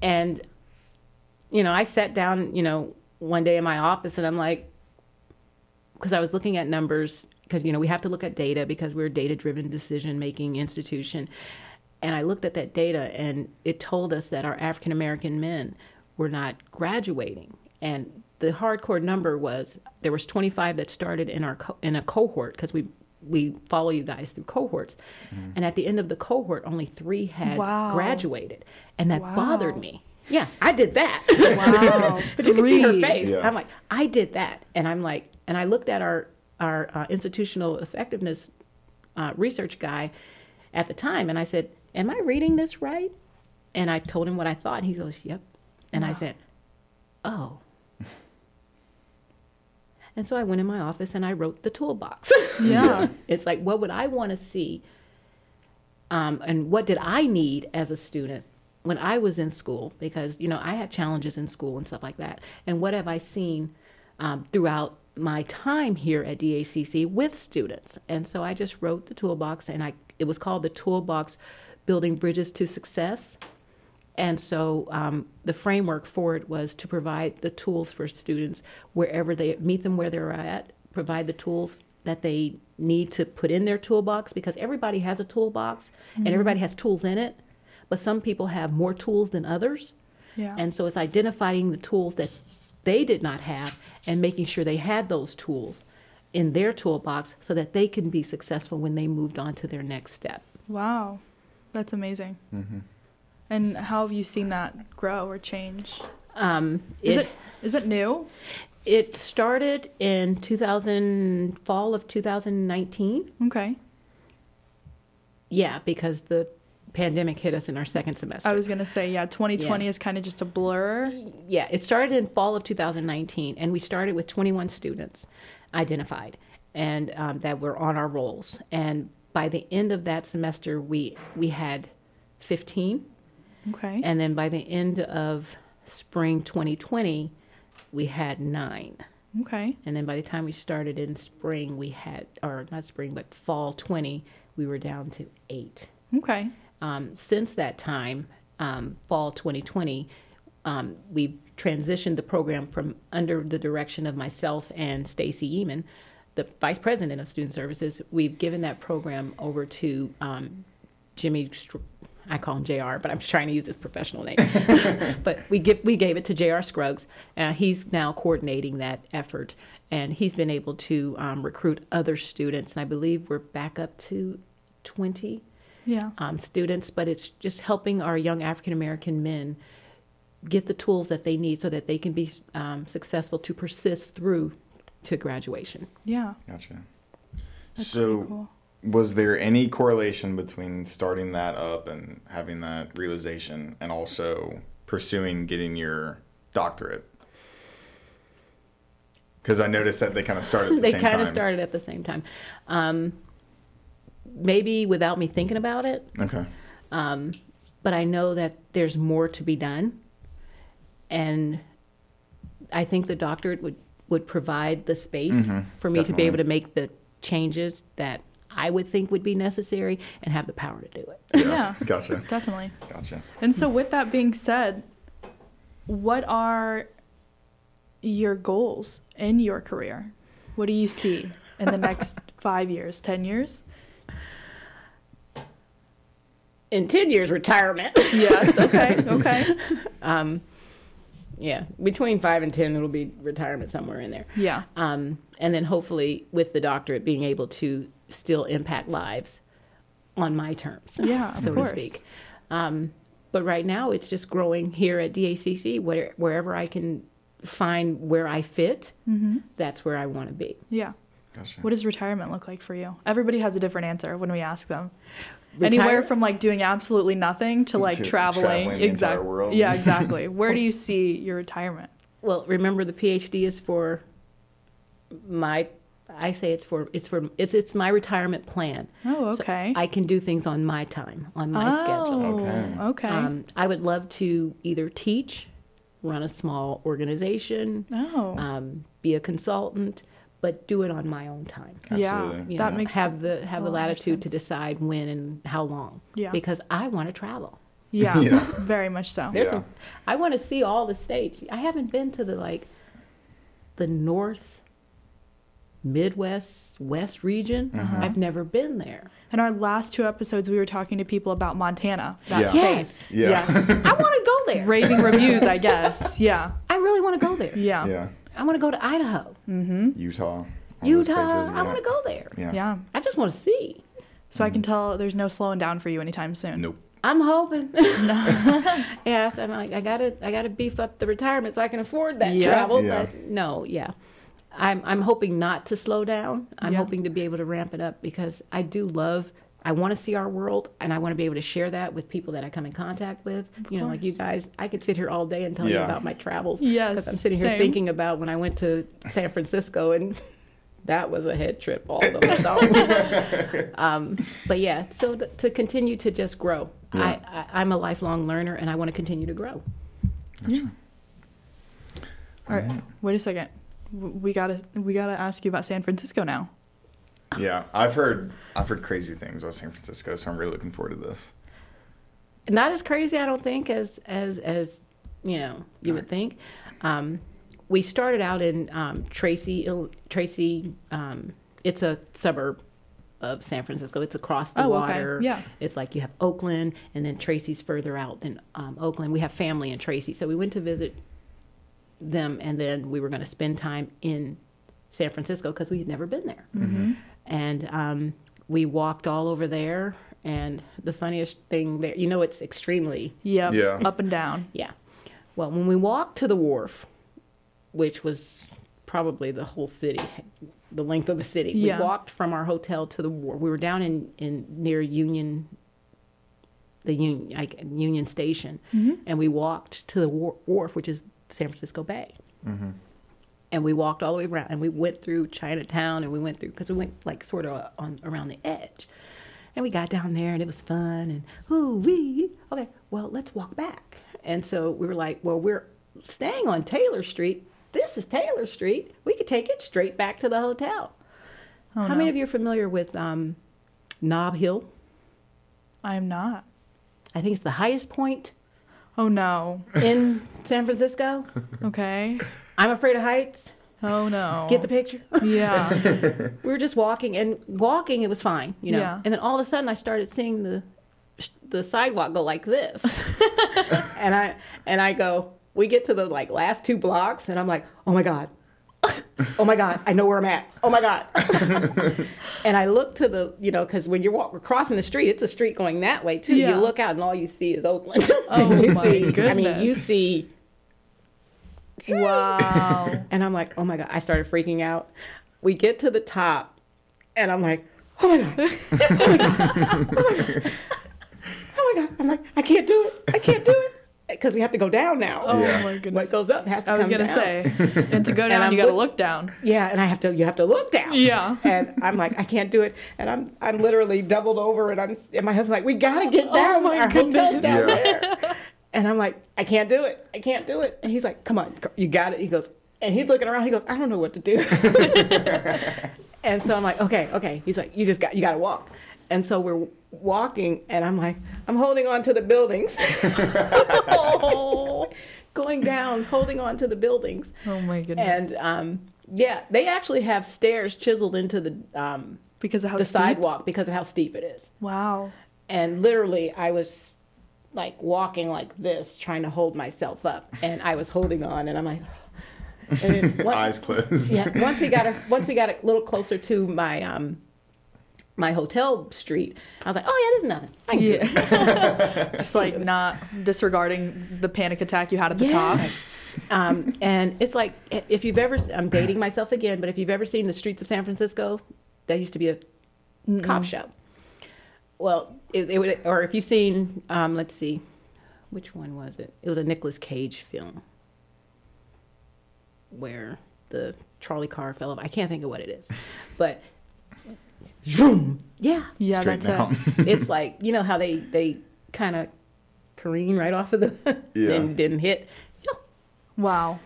Speaker 5: And, you know, I sat down, you know, one day in my office and I'm like, because I was looking at numbers, because, you know, we have to look at data because we're a data driven decision making institution. And I looked at that data and it told us that our African American men were not graduating. And the hardcore number was there was 25 that started in our co- in a cohort because we we follow you guys through cohorts. And at the end of the cohort, only three had
Speaker 4: Wow.
Speaker 5: graduated. And that bothered
Speaker 4: Wow.
Speaker 5: me. Yeah, I did
Speaker 4: *laughs*
Speaker 5: that. *laughs*
Speaker 4: Wow.
Speaker 5: but you can see her
Speaker 4: Three.
Speaker 5: face.
Speaker 3: Yeah.
Speaker 5: I'm like, I did that, and I'm like, and I looked at our our uh, institutional effectiveness uh, research guy at the time, and I said, "Am I reading this right?" And I told him what I thought. and He goes, "Yep," and I said, "Oh." *laughs* And so I went in my office and I wrote the toolbox. *laughs*
Speaker 4: Yeah.
Speaker 5: it's like, what would I want to see? Um, and what did I need as a student when I was in school? Because, you know, I had challenges in school and stuff like that. And what have I seen um, throughout my time here at DACC with students? And so I just wrote the toolbox and I, it was called the toolbox Building Bridges to Success. And so um, the framework for it was to provide the tools for students wherever they meet them where they're at, provide the tools that they need to put in their toolbox because everybody has a toolbox
Speaker 4: Mm-hmm.
Speaker 5: and everybody has tools in it, but some people have more tools than others.
Speaker 4: Yeah.
Speaker 5: And so it's identifying the tools that they did not have and making sure they had those tools in their toolbox so that they can be successful when they moved on to their next step.
Speaker 4: Wow. That's amazing. And how have you seen that grow or change?
Speaker 5: Um,
Speaker 4: Is it is it new?
Speaker 5: It started in 2000, fall of 2019.
Speaker 4: Okay.
Speaker 5: Yeah, because the pandemic hit us in our second semester.
Speaker 4: I was gonna say yeah. 2020 is kind of just a blur.
Speaker 5: yeah, it started in fall of 2019, and we started with 21 students identified and um, that were on our rolls. And by the end of that semester, we we had 15,
Speaker 4: Okay.
Speaker 5: and then by the end of spring 2020, we had nine.
Speaker 4: okay.
Speaker 5: And then by the time we started in spring, we had, or not spring, but fall 20, we were down to eight.
Speaker 4: Okay.
Speaker 5: Um, since that time, um, fall 2020, um, we transitioned the program from under the direction of myself and Stacy Eman, the vice president of student services. We've given that program over to um, Jimmy. Str- I call him Jr., but I'm trying to use his professional name. *laughs* but we give, we gave it to Jr. Scruggs, and he's now coordinating that effort. And he's been able to um, recruit other students, and I believe we're back up to 20
Speaker 4: Yeah.
Speaker 5: um, students, but it's just helping our young African American men get the tools that they need so that they can be um, successful to persist through to graduation.
Speaker 4: Yeah.
Speaker 3: Gotcha.
Speaker 4: Pretty
Speaker 3: so,
Speaker 4: cool.
Speaker 3: was there any correlation between starting that up and having that realization and also pursuing getting your doctorate? Because I noticed that they kind of started at the
Speaker 5: they
Speaker 3: same
Speaker 5: kind
Speaker 3: time.
Speaker 5: of started at the same time. Um, maybe without me thinking about it,
Speaker 3: Okay.
Speaker 5: um, but I know that there's more to be done, and I think the doctorate would would provide the space for me to be
Speaker 3: Mm-hmm. definitely.
Speaker 5: able to make the changes that I would think would be necessary and have the power to do it.
Speaker 4: Yeah.
Speaker 3: Gotcha.
Speaker 4: Definitely.
Speaker 3: Gotcha.
Speaker 4: And so, with that being said, what are your goals in your career? What do you see in the *laughs* next five years, 10 years?
Speaker 5: in 10 years
Speaker 4: *laughs*
Speaker 5: retirement
Speaker 4: Yes. Okay. Okay.
Speaker 5: yeah between 5 and 10 it'll be retirement somewhere in there
Speaker 4: *laughs* Yeah.
Speaker 5: um, and then hopefully with the doctorate being able to still impact lives on my terms
Speaker 4: Yeah, of
Speaker 5: so
Speaker 4: course.
Speaker 5: to speak um, but right now it's just growing here at dacc where, wherever i can find where i fit
Speaker 4: Mm-hmm.
Speaker 5: that's where i want to be
Speaker 4: Yeah.
Speaker 3: Gotcha.
Speaker 4: What does retirement look like for you? Everybody has a different answer when we ask them.
Speaker 5: Retire-
Speaker 4: Anywhere from like doing absolutely nothing to like
Speaker 3: To
Speaker 4: traveling.
Speaker 3: traveling the
Speaker 4: Exact-
Speaker 3: entire world.
Speaker 4: Yeah, *laughs* exactly. Where do you see your retirement?
Speaker 5: well remember the phd is for my I say it's for it's for it's it's my retirement plan.
Speaker 4: Oh,
Speaker 5: So
Speaker 4: okay.
Speaker 5: I can do things on my time, on my schedule.
Speaker 4: oh,
Speaker 3: Okay.
Speaker 4: okay.
Speaker 5: Um, I would love to either teach, run a small organization,
Speaker 4: oh,
Speaker 5: um, be a consultant, but do it on my own time.
Speaker 3: Absolutely.
Speaker 5: You
Speaker 4: That
Speaker 5: know,
Speaker 4: makes
Speaker 5: have the have
Speaker 4: a
Speaker 5: the
Speaker 4: lot of
Speaker 5: latitude to
Speaker 4: sense.
Speaker 5: decide when and how long.
Speaker 4: Yeah.
Speaker 5: Because I want to travel.
Speaker 4: yeah,
Speaker 3: *laughs* Yeah.
Speaker 4: very much so.
Speaker 5: There's
Speaker 3: Yeah.
Speaker 5: some. I want to see all the states. I haven't been to the like, the North, Midwest, West region.
Speaker 3: Mm-hmm.
Speaker 5: I've never been there.
Speaker 4: In our last two episodes, we were talking to people about Montana, that
Speaker 3: Yeah.
Speaker 4: state.
Speaker 5: Yes.
Speaker 3: Yeah. *laughs*
Speaker 4: Yes.
Speaker 5: I want to go there.
Speaker 4: Rating reviews, I guess. Yeah.
Speaker 5: I really want to go there.
Speaker 4: Yeah. Yeah.
Speaker 3: Yeah.
Speaker 5: I want to go to Idaho,
Speaker 3: Utah. all those
Speaker 5: Utah.
Speaker 3: places,
Speaker 5: I
Speaker 3: yeah.
Speaker 5: want to go there.
Speaker 3: Yeah.
Speaker 5: I just want to see.
Speaker 4: So I can tell there's no slowing down for you anytime soon.
Speaker 3: Nope.
Speaker 5: I'm
Speaker 3: *laughs*
Speaker 5: hoping. *laughs* yes, I'm like I gotta I gotta beef up the retirement so I can afford that
Speaker 4: Yeah.
Speaker 5: travel.
Speaker 3: Yeah.
Speaker 5: But no, yeah. I'm I'm hoping not to slow down. I'm
Speaker 4: Yeah.
Speaker 5: hoping to be able to ramp it up because I do love I want to see our world and I want to be able to share that with people that I come in contact with. you know, like you guys, I could sit here all day and tell you
Speaker 3: Yeah.
Speaker 5: about my travels.
Speaker 4: Yes,
Speaker 5: 'cause I'm sitting here
Speaker 4: same.
Speaker 5: thinking about when I went to San Francisco and *laughs* that was a head trip all of myself.
Speaker 4: *laughs*
Speaker 5: But yeah, so th- to continue to just grow,
Speaker 3: Yeah.
Speaker 5: I, I, I'm a lifelong learner and I want to continue to grow.
Speaker 4: All right. Wait a second. W- We gotta we gotta ask you about San Francisco now.
Speaker 3: Yeah. I've heard I've heard crazy things about San Francisco, so I'm really looking forward to this.
Speaker 5: Not as crazy, I don't think, as as as you know you would think. Um, we started out in um, Tracy, Ill- Tracy. Um, it's a suburb of San Francisco. It's across the
Speaker 4: Oh, okay.
Speaker 5: water.
Speaker 4: Yeah.
Speaker 5: It's like you have Oakland, and then Tracy's further out than um, Oakland. We have family in Tracy, so we went to visit them, and then we were going to spend time in San Francisco because we had never been there. And um, we walked all over there, and the funniest thing there, you know, it's extremely
Speaker 4: Yep.
Speaker 3: Yeah.
Speaker 4: Up and down.
Speaker 5: yeah. Well, when we walked to the wharf, which was probably the whole city, the length of the city,
Speaker 4: Yeah.
Speaker 5: we walked from our hotel to the wharf. We were down in, in near Union, the Union, like Union Station, and we walked to the whar- wharf, which is San Francisco Bay. And we walked all the way around, and we went through Chinatown, and we went through because we went like sort of on around the edge, and we got down there, and it was fun, and ooh wee. Okay, well let's walk back, and so we were like, well we're staying on Taylor Street. This is Taylor Street. We could take it straight back to the hotel. How many of you are familiar with um, Knob Hill?
Speaker 4: I'm not.
Speaker 5: I think it's the highest point
Speaker 4: Oh no.
Speaker 5: in San Francisco.
Speaker 4: Okay.
Speaker 5: I'm afraid of heights.
Speaker 4: Oh no.
Speaker 5: Get the picture. *laughs*
Speaker 4: yeah.
Speaker 5: we were just walking and walking it was fine you know
Speaker 4: Yeah.
Speaker 5: and then all of a sudden i started seeing the the sidewalk go like
Speaker 4: *laughs*
Speaker 5: this and i and i go we get to the like last two blocks and i'm like oh my god *laughs* oh my god i know where i'm at oh my
Speaker 4: *laughs*
Speaker 5: god and i look to the you know because when you're walk, we're crossing the street it's a street going that way too
Speaker 4: Yeah.
Speaker 5: you look out and all you see is oakland
Speaker 4: Oh
Speaker 5: *laughs* You
Speaker 4: my
Speaker 5: see- i mean
Speaker 4: goodness.
Speaker 5: you see
Speaker 4: Wow.
Speaker 5: and I'm like, oh my God. I started freaking out. We get to the top, and I'm like, oh my God. Oh my God. *laughs* Oh my God. Oh my God. I'm like, I can't do it. I can't do it. Because we have to go down now.
Speaker 4: Oh
Speaker 3: Yeah.
Speaker 4: my
Speaker 5: What
Speaker 4: goodness.
Speaker 5: goes up has to
Speaker 4: I was
Speaker 5: come
Speaker 4: gonna
Speaker 5: down.
Speaker 4: say, *laughs* and to go down,
Speaker 5: I'm
Speaker 4: you gotta
Speaker 5: look-
Speaker 4: look down.
Speaker 5: Yeah, and I have to. You have to look down.
Speaker 4: Yeah.
Speaker 5: *laughs* And I'm like, I can't do it. And I'm, I'm literally doubled over, and I'm, and my husband's like, we gotta get down.
Speaker 4: Oh my
Speaker 5: Our hotel's
Speaker 4: goodness.
Speaker 5: down
Speaker 3: Yeah.
Speaker 5: there. And I'm like, I can't do it. I can't do it. And he's like, come on, c- you got it. He goes, and he's looking around. He goes, I don't know what to
Speaker 4: *laughs*
Speaker 5: do. and so I'm like, okay, okay. He's like, you just got, you gotta walk. And so we're walking, and I'm like, I'm holding on to the
Speaker 4: *laughs*
Speaker 5: buildings. *laughs* Going down, holding on to the buildings.
Speaker 4: Oh my goodness.
Speaker 5: And um, yeah, they actually have stairs chiseled into the um,
Speaker 4: because of how
Speaker 5: the
Speaker 4: steep.
Speaker 5: sidewalk because of how steep it is.
Speaker 4: Wow.
Speaker 5: And literally, I was like walking like this, trying to hold myself up, and I was holding on, and I'm like, *sighs* and then one-
Speaker 3: Eyes closed. *laughs*
Speaker 5: yeah, once we got a, once we got a little closer to my um, my hotel street, I was like, oh yeah, there's nothing. I can do it.
Speaker 4: Yeah. *laughs* Just like not disregarding the panic attack you had at the top.
Speaker 5: Yes. um, and it's like if you've ever, I'm dating myself again, but if you've ever seen the streets of San Francisco, that used to be a cop show. Well, it, it would, or if you've seen, um, let's see, which one was it? It was a Nicolas Cage film where the Charlie Carr fellow. I can't think of what it is, but vroom, yeah,
Speaker 4: Yeah,
Speaker 3: Straight
Speaker 4: that's
Speaker 3: down. *laughs*
Speaker 4: it.
Speaker 5: it's like you know how they they kind of careen right off of the
Speaker 3: Yeah.
Speaker 5: and didn't hit. Yeah,
Speaker 4: Wow.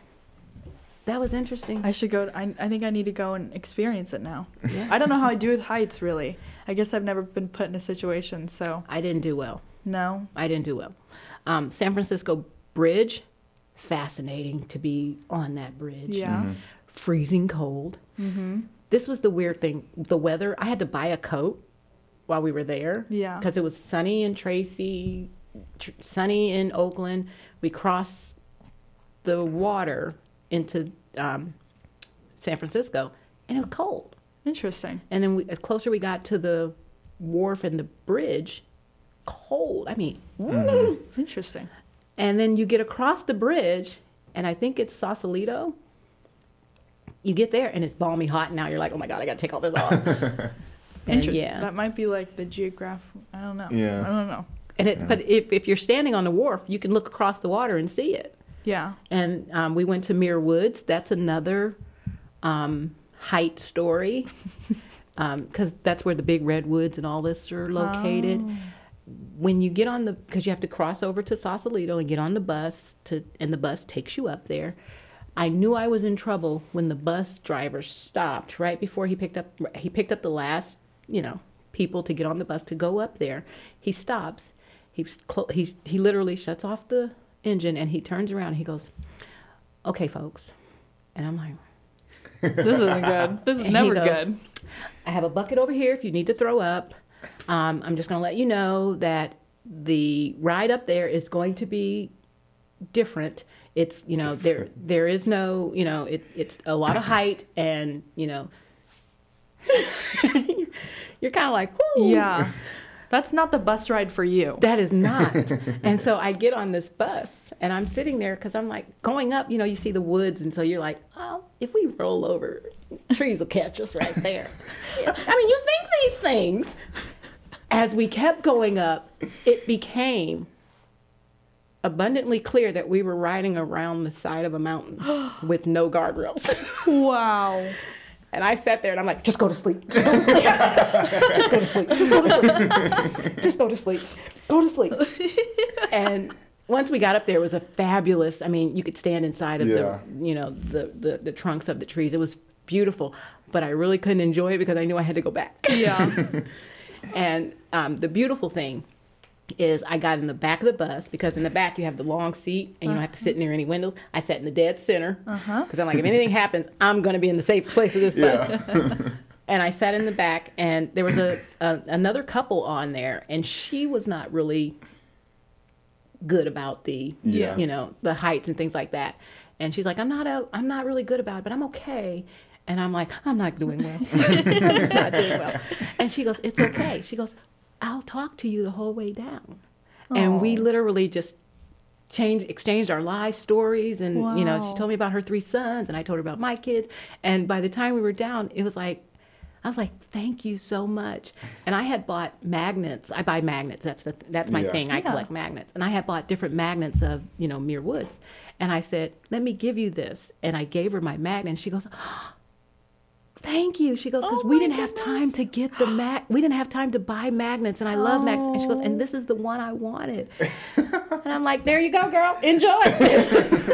Speaker 5: that was interesting.
Speaker 4: I should go. To, I, I think I need to go and experience it now.
Speaker 5: Yeah.
Speaker 4: I don't know how I do with heights, really. I guess I've never been put in a situation, so
Speaker 5: I didn't do well.
Speaker 4: no.
Speaker 5: I didn't do well. Um, San Francisco Bridge, fascinating to be on that bridge.
Speaker 4: Yeah.
Speaker 5: Freezing cold. Mm-hmm. This was the weird thing. The weather. I had to buy a coat while we were there.
Speaker 4: Yeah.
Speaker 5: Because it was sunny in Tracy, tr- sunny in Oakland. We crossed the water into um, San Francisco, and it was cold.
Speaker 4: Interesting.
Speaker 5: And then we, the closer we got to the wharf and the bridge, cold. I mean,
Speaker 4: Interesting.
Speaker 5: and then you get across the bridge, and I think it's Sausalito. You get there, and it's balmy hot. Now you're like, oh my god, I gotta take all this off. and
Speaker 4: Interesting.
Speaker 5: yeah,
Speaker 4: That might be like the geograph. I don't know.
Speaker 3: Yeah.
Speaker 4: I don't know.
Speaker 5: and it, but if, if you're standing on the wharf, you can look across the water and see it.
Speaker 4: Yeah.
Speaker 5: And um, we went to Mirror Woods. That's another um, height story *laughs* because that's where the big redwoods and all this are located. When you get on the, because you have to cross over to Sausalito and get on the bus to, and the bus takes you up there. I knew I was in trouble when the bus driver stopped right before he picked up. He picked up the last, you know, people to get on the bus to go up there. He stops. He's clo- he's he literally shuts off the engine and he turns around. And he goes, "Okay, folks," and I'm like.
Speaker 4: This isn't good. *laughs* This is
Speaker 5: He
Speaker 4: never
Speaker 5: goes,
Speaker 4: good.
Speaker 5: I have a bucket over here if you need to throw up. Um, I'm just going to let you know that the ride up there is going to be different. It's you know there there is no you know it, it's a lot of height and you know *laughs* you're kind of like "Whoo."
Speaker 4: Yeah. That's not the bus ride for you.
Speaker 5: That is not. and so I get on this bus and I'm sitting there because I'm like going up, you know, you see the woods. And so you're like, oh, if we roll over, trees will catch us right there. I mean, you think these things. As we kept going up, it became abundantly clear that we were riding around the side of a mountain with no guardrails. *laughs*
Speaker 4: Wow.
Speaker 5: And I sat there and I'm like, just go to sleep. Just go to sleep. just go to sleep. *laughs* Just go to sleep. Just go to sleep. Go to sleep. and once we got up there, it was a fabulous. I mean, you could stand inside of
Speaker 3: Yeah.
Speaker 5: the, you know, the, the the trunks of the trees. It was beautiful, but I really couldn't enjoy it because I knew I had to go back. *laughs*
Speaker 4: Yeah.
Speaker 5: And um, the beautiful thing is I got in the back of the bus because in the back you have the long seat and you don't have to sit near any windows. I sat in the dead center because I'm like, if anything happens, I'm going to be in the safest place of this bus. and I sat in the back and there was a, a another couple on there and she was not really good about the
Speaker 3: Yeah.
Speaker 5: you know the heights and things like that. And she's like, I'm not a, I'm not really good about it, but I'm okay. And I'm like, I'm not doing well. *laughs* I'm just not doing well. And she goes, It's okay. She goes, I'll talk to you the whole way down. And we literally just changed, exchanged our life stories. And, you know, she
Speaker 4: Wow.
Speaker 5: told me about her three sons, and I told her about my kids. And by the time we were down, it was like, I was like, "Thank you so much," and I had bought magnets. I buy magnets. That's the that's my
Speaker 3: Yeah.
Speaker 5: thing. I collect magnets, and I had bought different magnets of you know Mere Woods, and I said, "Let me give you this," and I gave her my magnet. and She goes, thank you she goes because we didn't have time to get the mag we didn't have time to buy magnets and i love magnets and she goes and this is the one i wanted *laughs* and i'm like there you go girl enjoy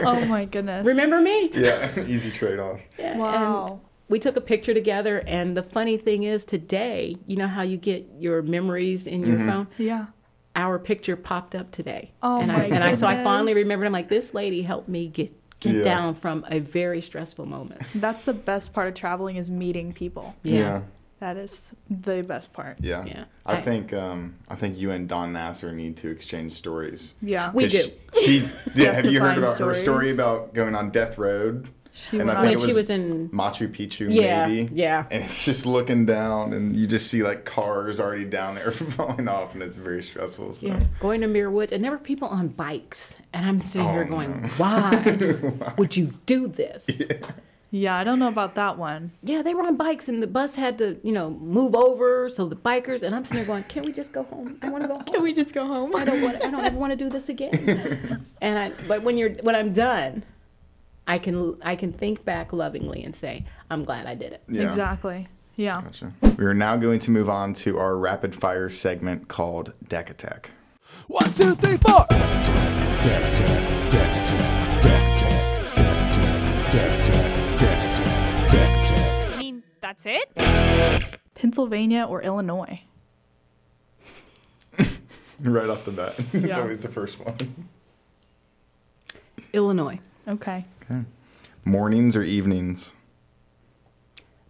Speaker 4: Oh my goodness.
Speaker 5: remember me
Speaker 3: yeah, easy trade off.
Speaker 4: Wow.
Speaker 5: we took a picture together and the funny thing is today you know how you get your memories in
Speaker 3: Mm-hmm.
Speaker 5: your phone
Speaker 4: yeah.
Speaker 5: our picture popped up today
Speaker 4: Oh
Speaker 5: and,
Speaker 4: my
Speaker 5: I, and I, so i finally
Speaker 4: goodness.
Speaker 5: remembered i'm like this lady helped me get get
Speaker 3: Yeah.
Speaker 5: down from a very stressful moment
Speaker 4: That's the best part of traveling is meeting people.
Speaker 3: Yeah.
Speaker 4: That is the best part.
Speaker 3: Yeah.
Speaker 5: Yeah.
Speaker 3: I,
Speaker 5: I-
Speaker 3: think um, I think you and Don Nasser need to exchange stories.
Speaker 4: Yeah.
Speaker 5: We
Speaker 3: 'Cause
Speaker 5: do.
Speaker 3: She, she- yeah, have you heard
Speaker 4: Death-defying
Speaker 3: about her story
Speaker 4: stories.
Speaker 3: about going on death road?
Speaker 4: She
Speaker 3: and
Speaker 4: went
Speaker 3: I
Speaker 4: on-
Speaker 3: think
Speaker 5: When
Speaker 3: it
Speaker 5: she
Speaker 3: was,
Speaker 5: was in-
Speaker 3: Machu Picchu,
Speaker 5: Yeah,
Speaker 3: maybe.
Speaker 5: yeah.
Speaker 3: And it's just looking down, and you just see like cars already down there *laughs* falling off, and it's very stressful. So.
Speaker 5: Yeah, going to Muir Woods, and there were people on bikes, and I'm sitting here
Speaker 3: Oh,
Speaker 5: going,
Speaker 3: *laughs*
Speaker 5: why would you do this? Yeah.
Speaker 4: Yeah, I don't know about that one.
Speaker 5: they were on bikes, and the bus had to, you know, move over, so the bikers, and I'm sitting there going, can we just go home? I want to go home. Can we
Speaker 4: just go home.
Speaker 5: *laughs* I don't want. I don't ever want to do this again. and I, but when you're when I'm done,
Speaker 6: I can I can think back lovingly and say, I'm glad I did it.
Speaker 3: Yeah.
Speaker 4: Exactly. Yeah.
Speaker 3: Gotcha. We are now going to move on to our rapid fire segment called Deck Attack. *laughs*
Speaker 2: One, two, three, four. Deck attack, deck attack, deck attack, deck attack, deck attack, deck attack, deck attack.
Speaker 7: I mean, that's it?
Speaker 4: Pennsylvania or Illinois?
Speaker 3: Right off the bat, *laughs* it's
Speaker 4: Yeah.
Speaker 3: always the first one.
Speaker 5: Illinois.
Speaker 4: Okay.
Speaker 3: Mornings or evenings?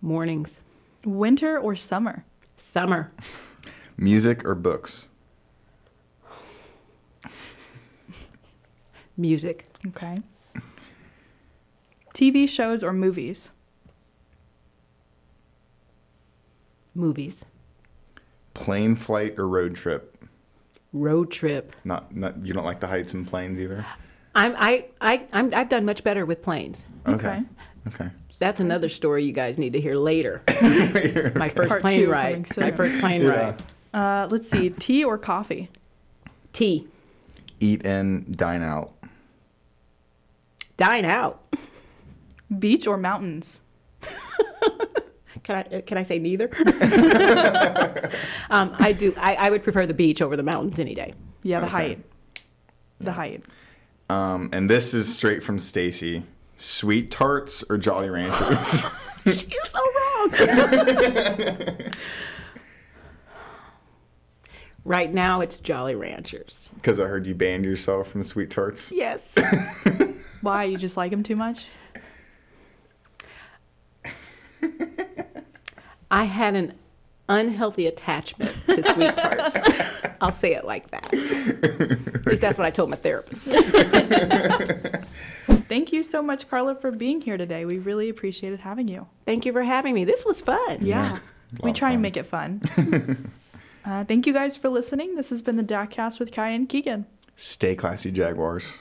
Speaker 5: Mornings.
Speaker 4: Winter or summer?
Speaker 5: Summer.
Speaker 3: Music or books?
Speaker 5: Music.
Speaker 4: Okay. TV shows or movies?
Speaker 5: Movies.
Speaker 3: Plane flight or road trip?
Speaker 5: Road trip.
Speaker 3: Not, not you don't like the heights and planes either.
Speaker 5: I'm, I, I, I'm, I've done much better with planes.
Speaker 3: Okay. Okay.
Speaker 5: That's another story you guys need to hear *laughs* later. My first
Speaker 4: Part
Speaker 5: plane
Speaker 4: two coming
Speaker 5: ride.
Speaker 4: soon.
Speaker 5: My first plane ride.
Speaker 4: Uh, let's see. Tea or coffee?
Speaker 5: Tea.
Speaker 3: Eat in, dine out.
Speaker 5: Dine out.
Speaker 4: Beach or mountains?
Speaker 5: Can I can I say *laughs* neither? um, I do. I, I would prefer the beach over the mountains any day.
Speaker 4: Yeah, the
Speaker 3: Okay.
Speaker 4: height. The height.
Speaker 3: Um, and this is straight from Stacy. Sweet tarts or Jolly Ranchers?
Speaker 5: She's so wrong. *laughs* right now, it's Jolly Ranchers.
Speaker 3: Because I heard you banned yourself from sweet tarts.
Speaker 5: Yes.
Speaker 4: Why? You just like them too much?
Speaker 5: I had an unhealthy attachment to sweet *laughs* tarts. I'll say it like that. At least that's what I told my therapist.
Speaker 4: Thank you so much, Carla, for being here today. We really appreciated having you.
Speaker 5: Thank you for having me. This was fun.
Speaker 4: Yeah.
Speaker 3: lot
Speaker 4: We
Speaker 3: of
Speaker 4: try
Speaker 3: fun.
Speaker 4: and make it fun.
Speaker 3: *laughs*
Speaker 4: uh, thank you guys for listening. This has been the DACcast with Kai and Keegan.
Speaker 3: Stay classy, Jaguars.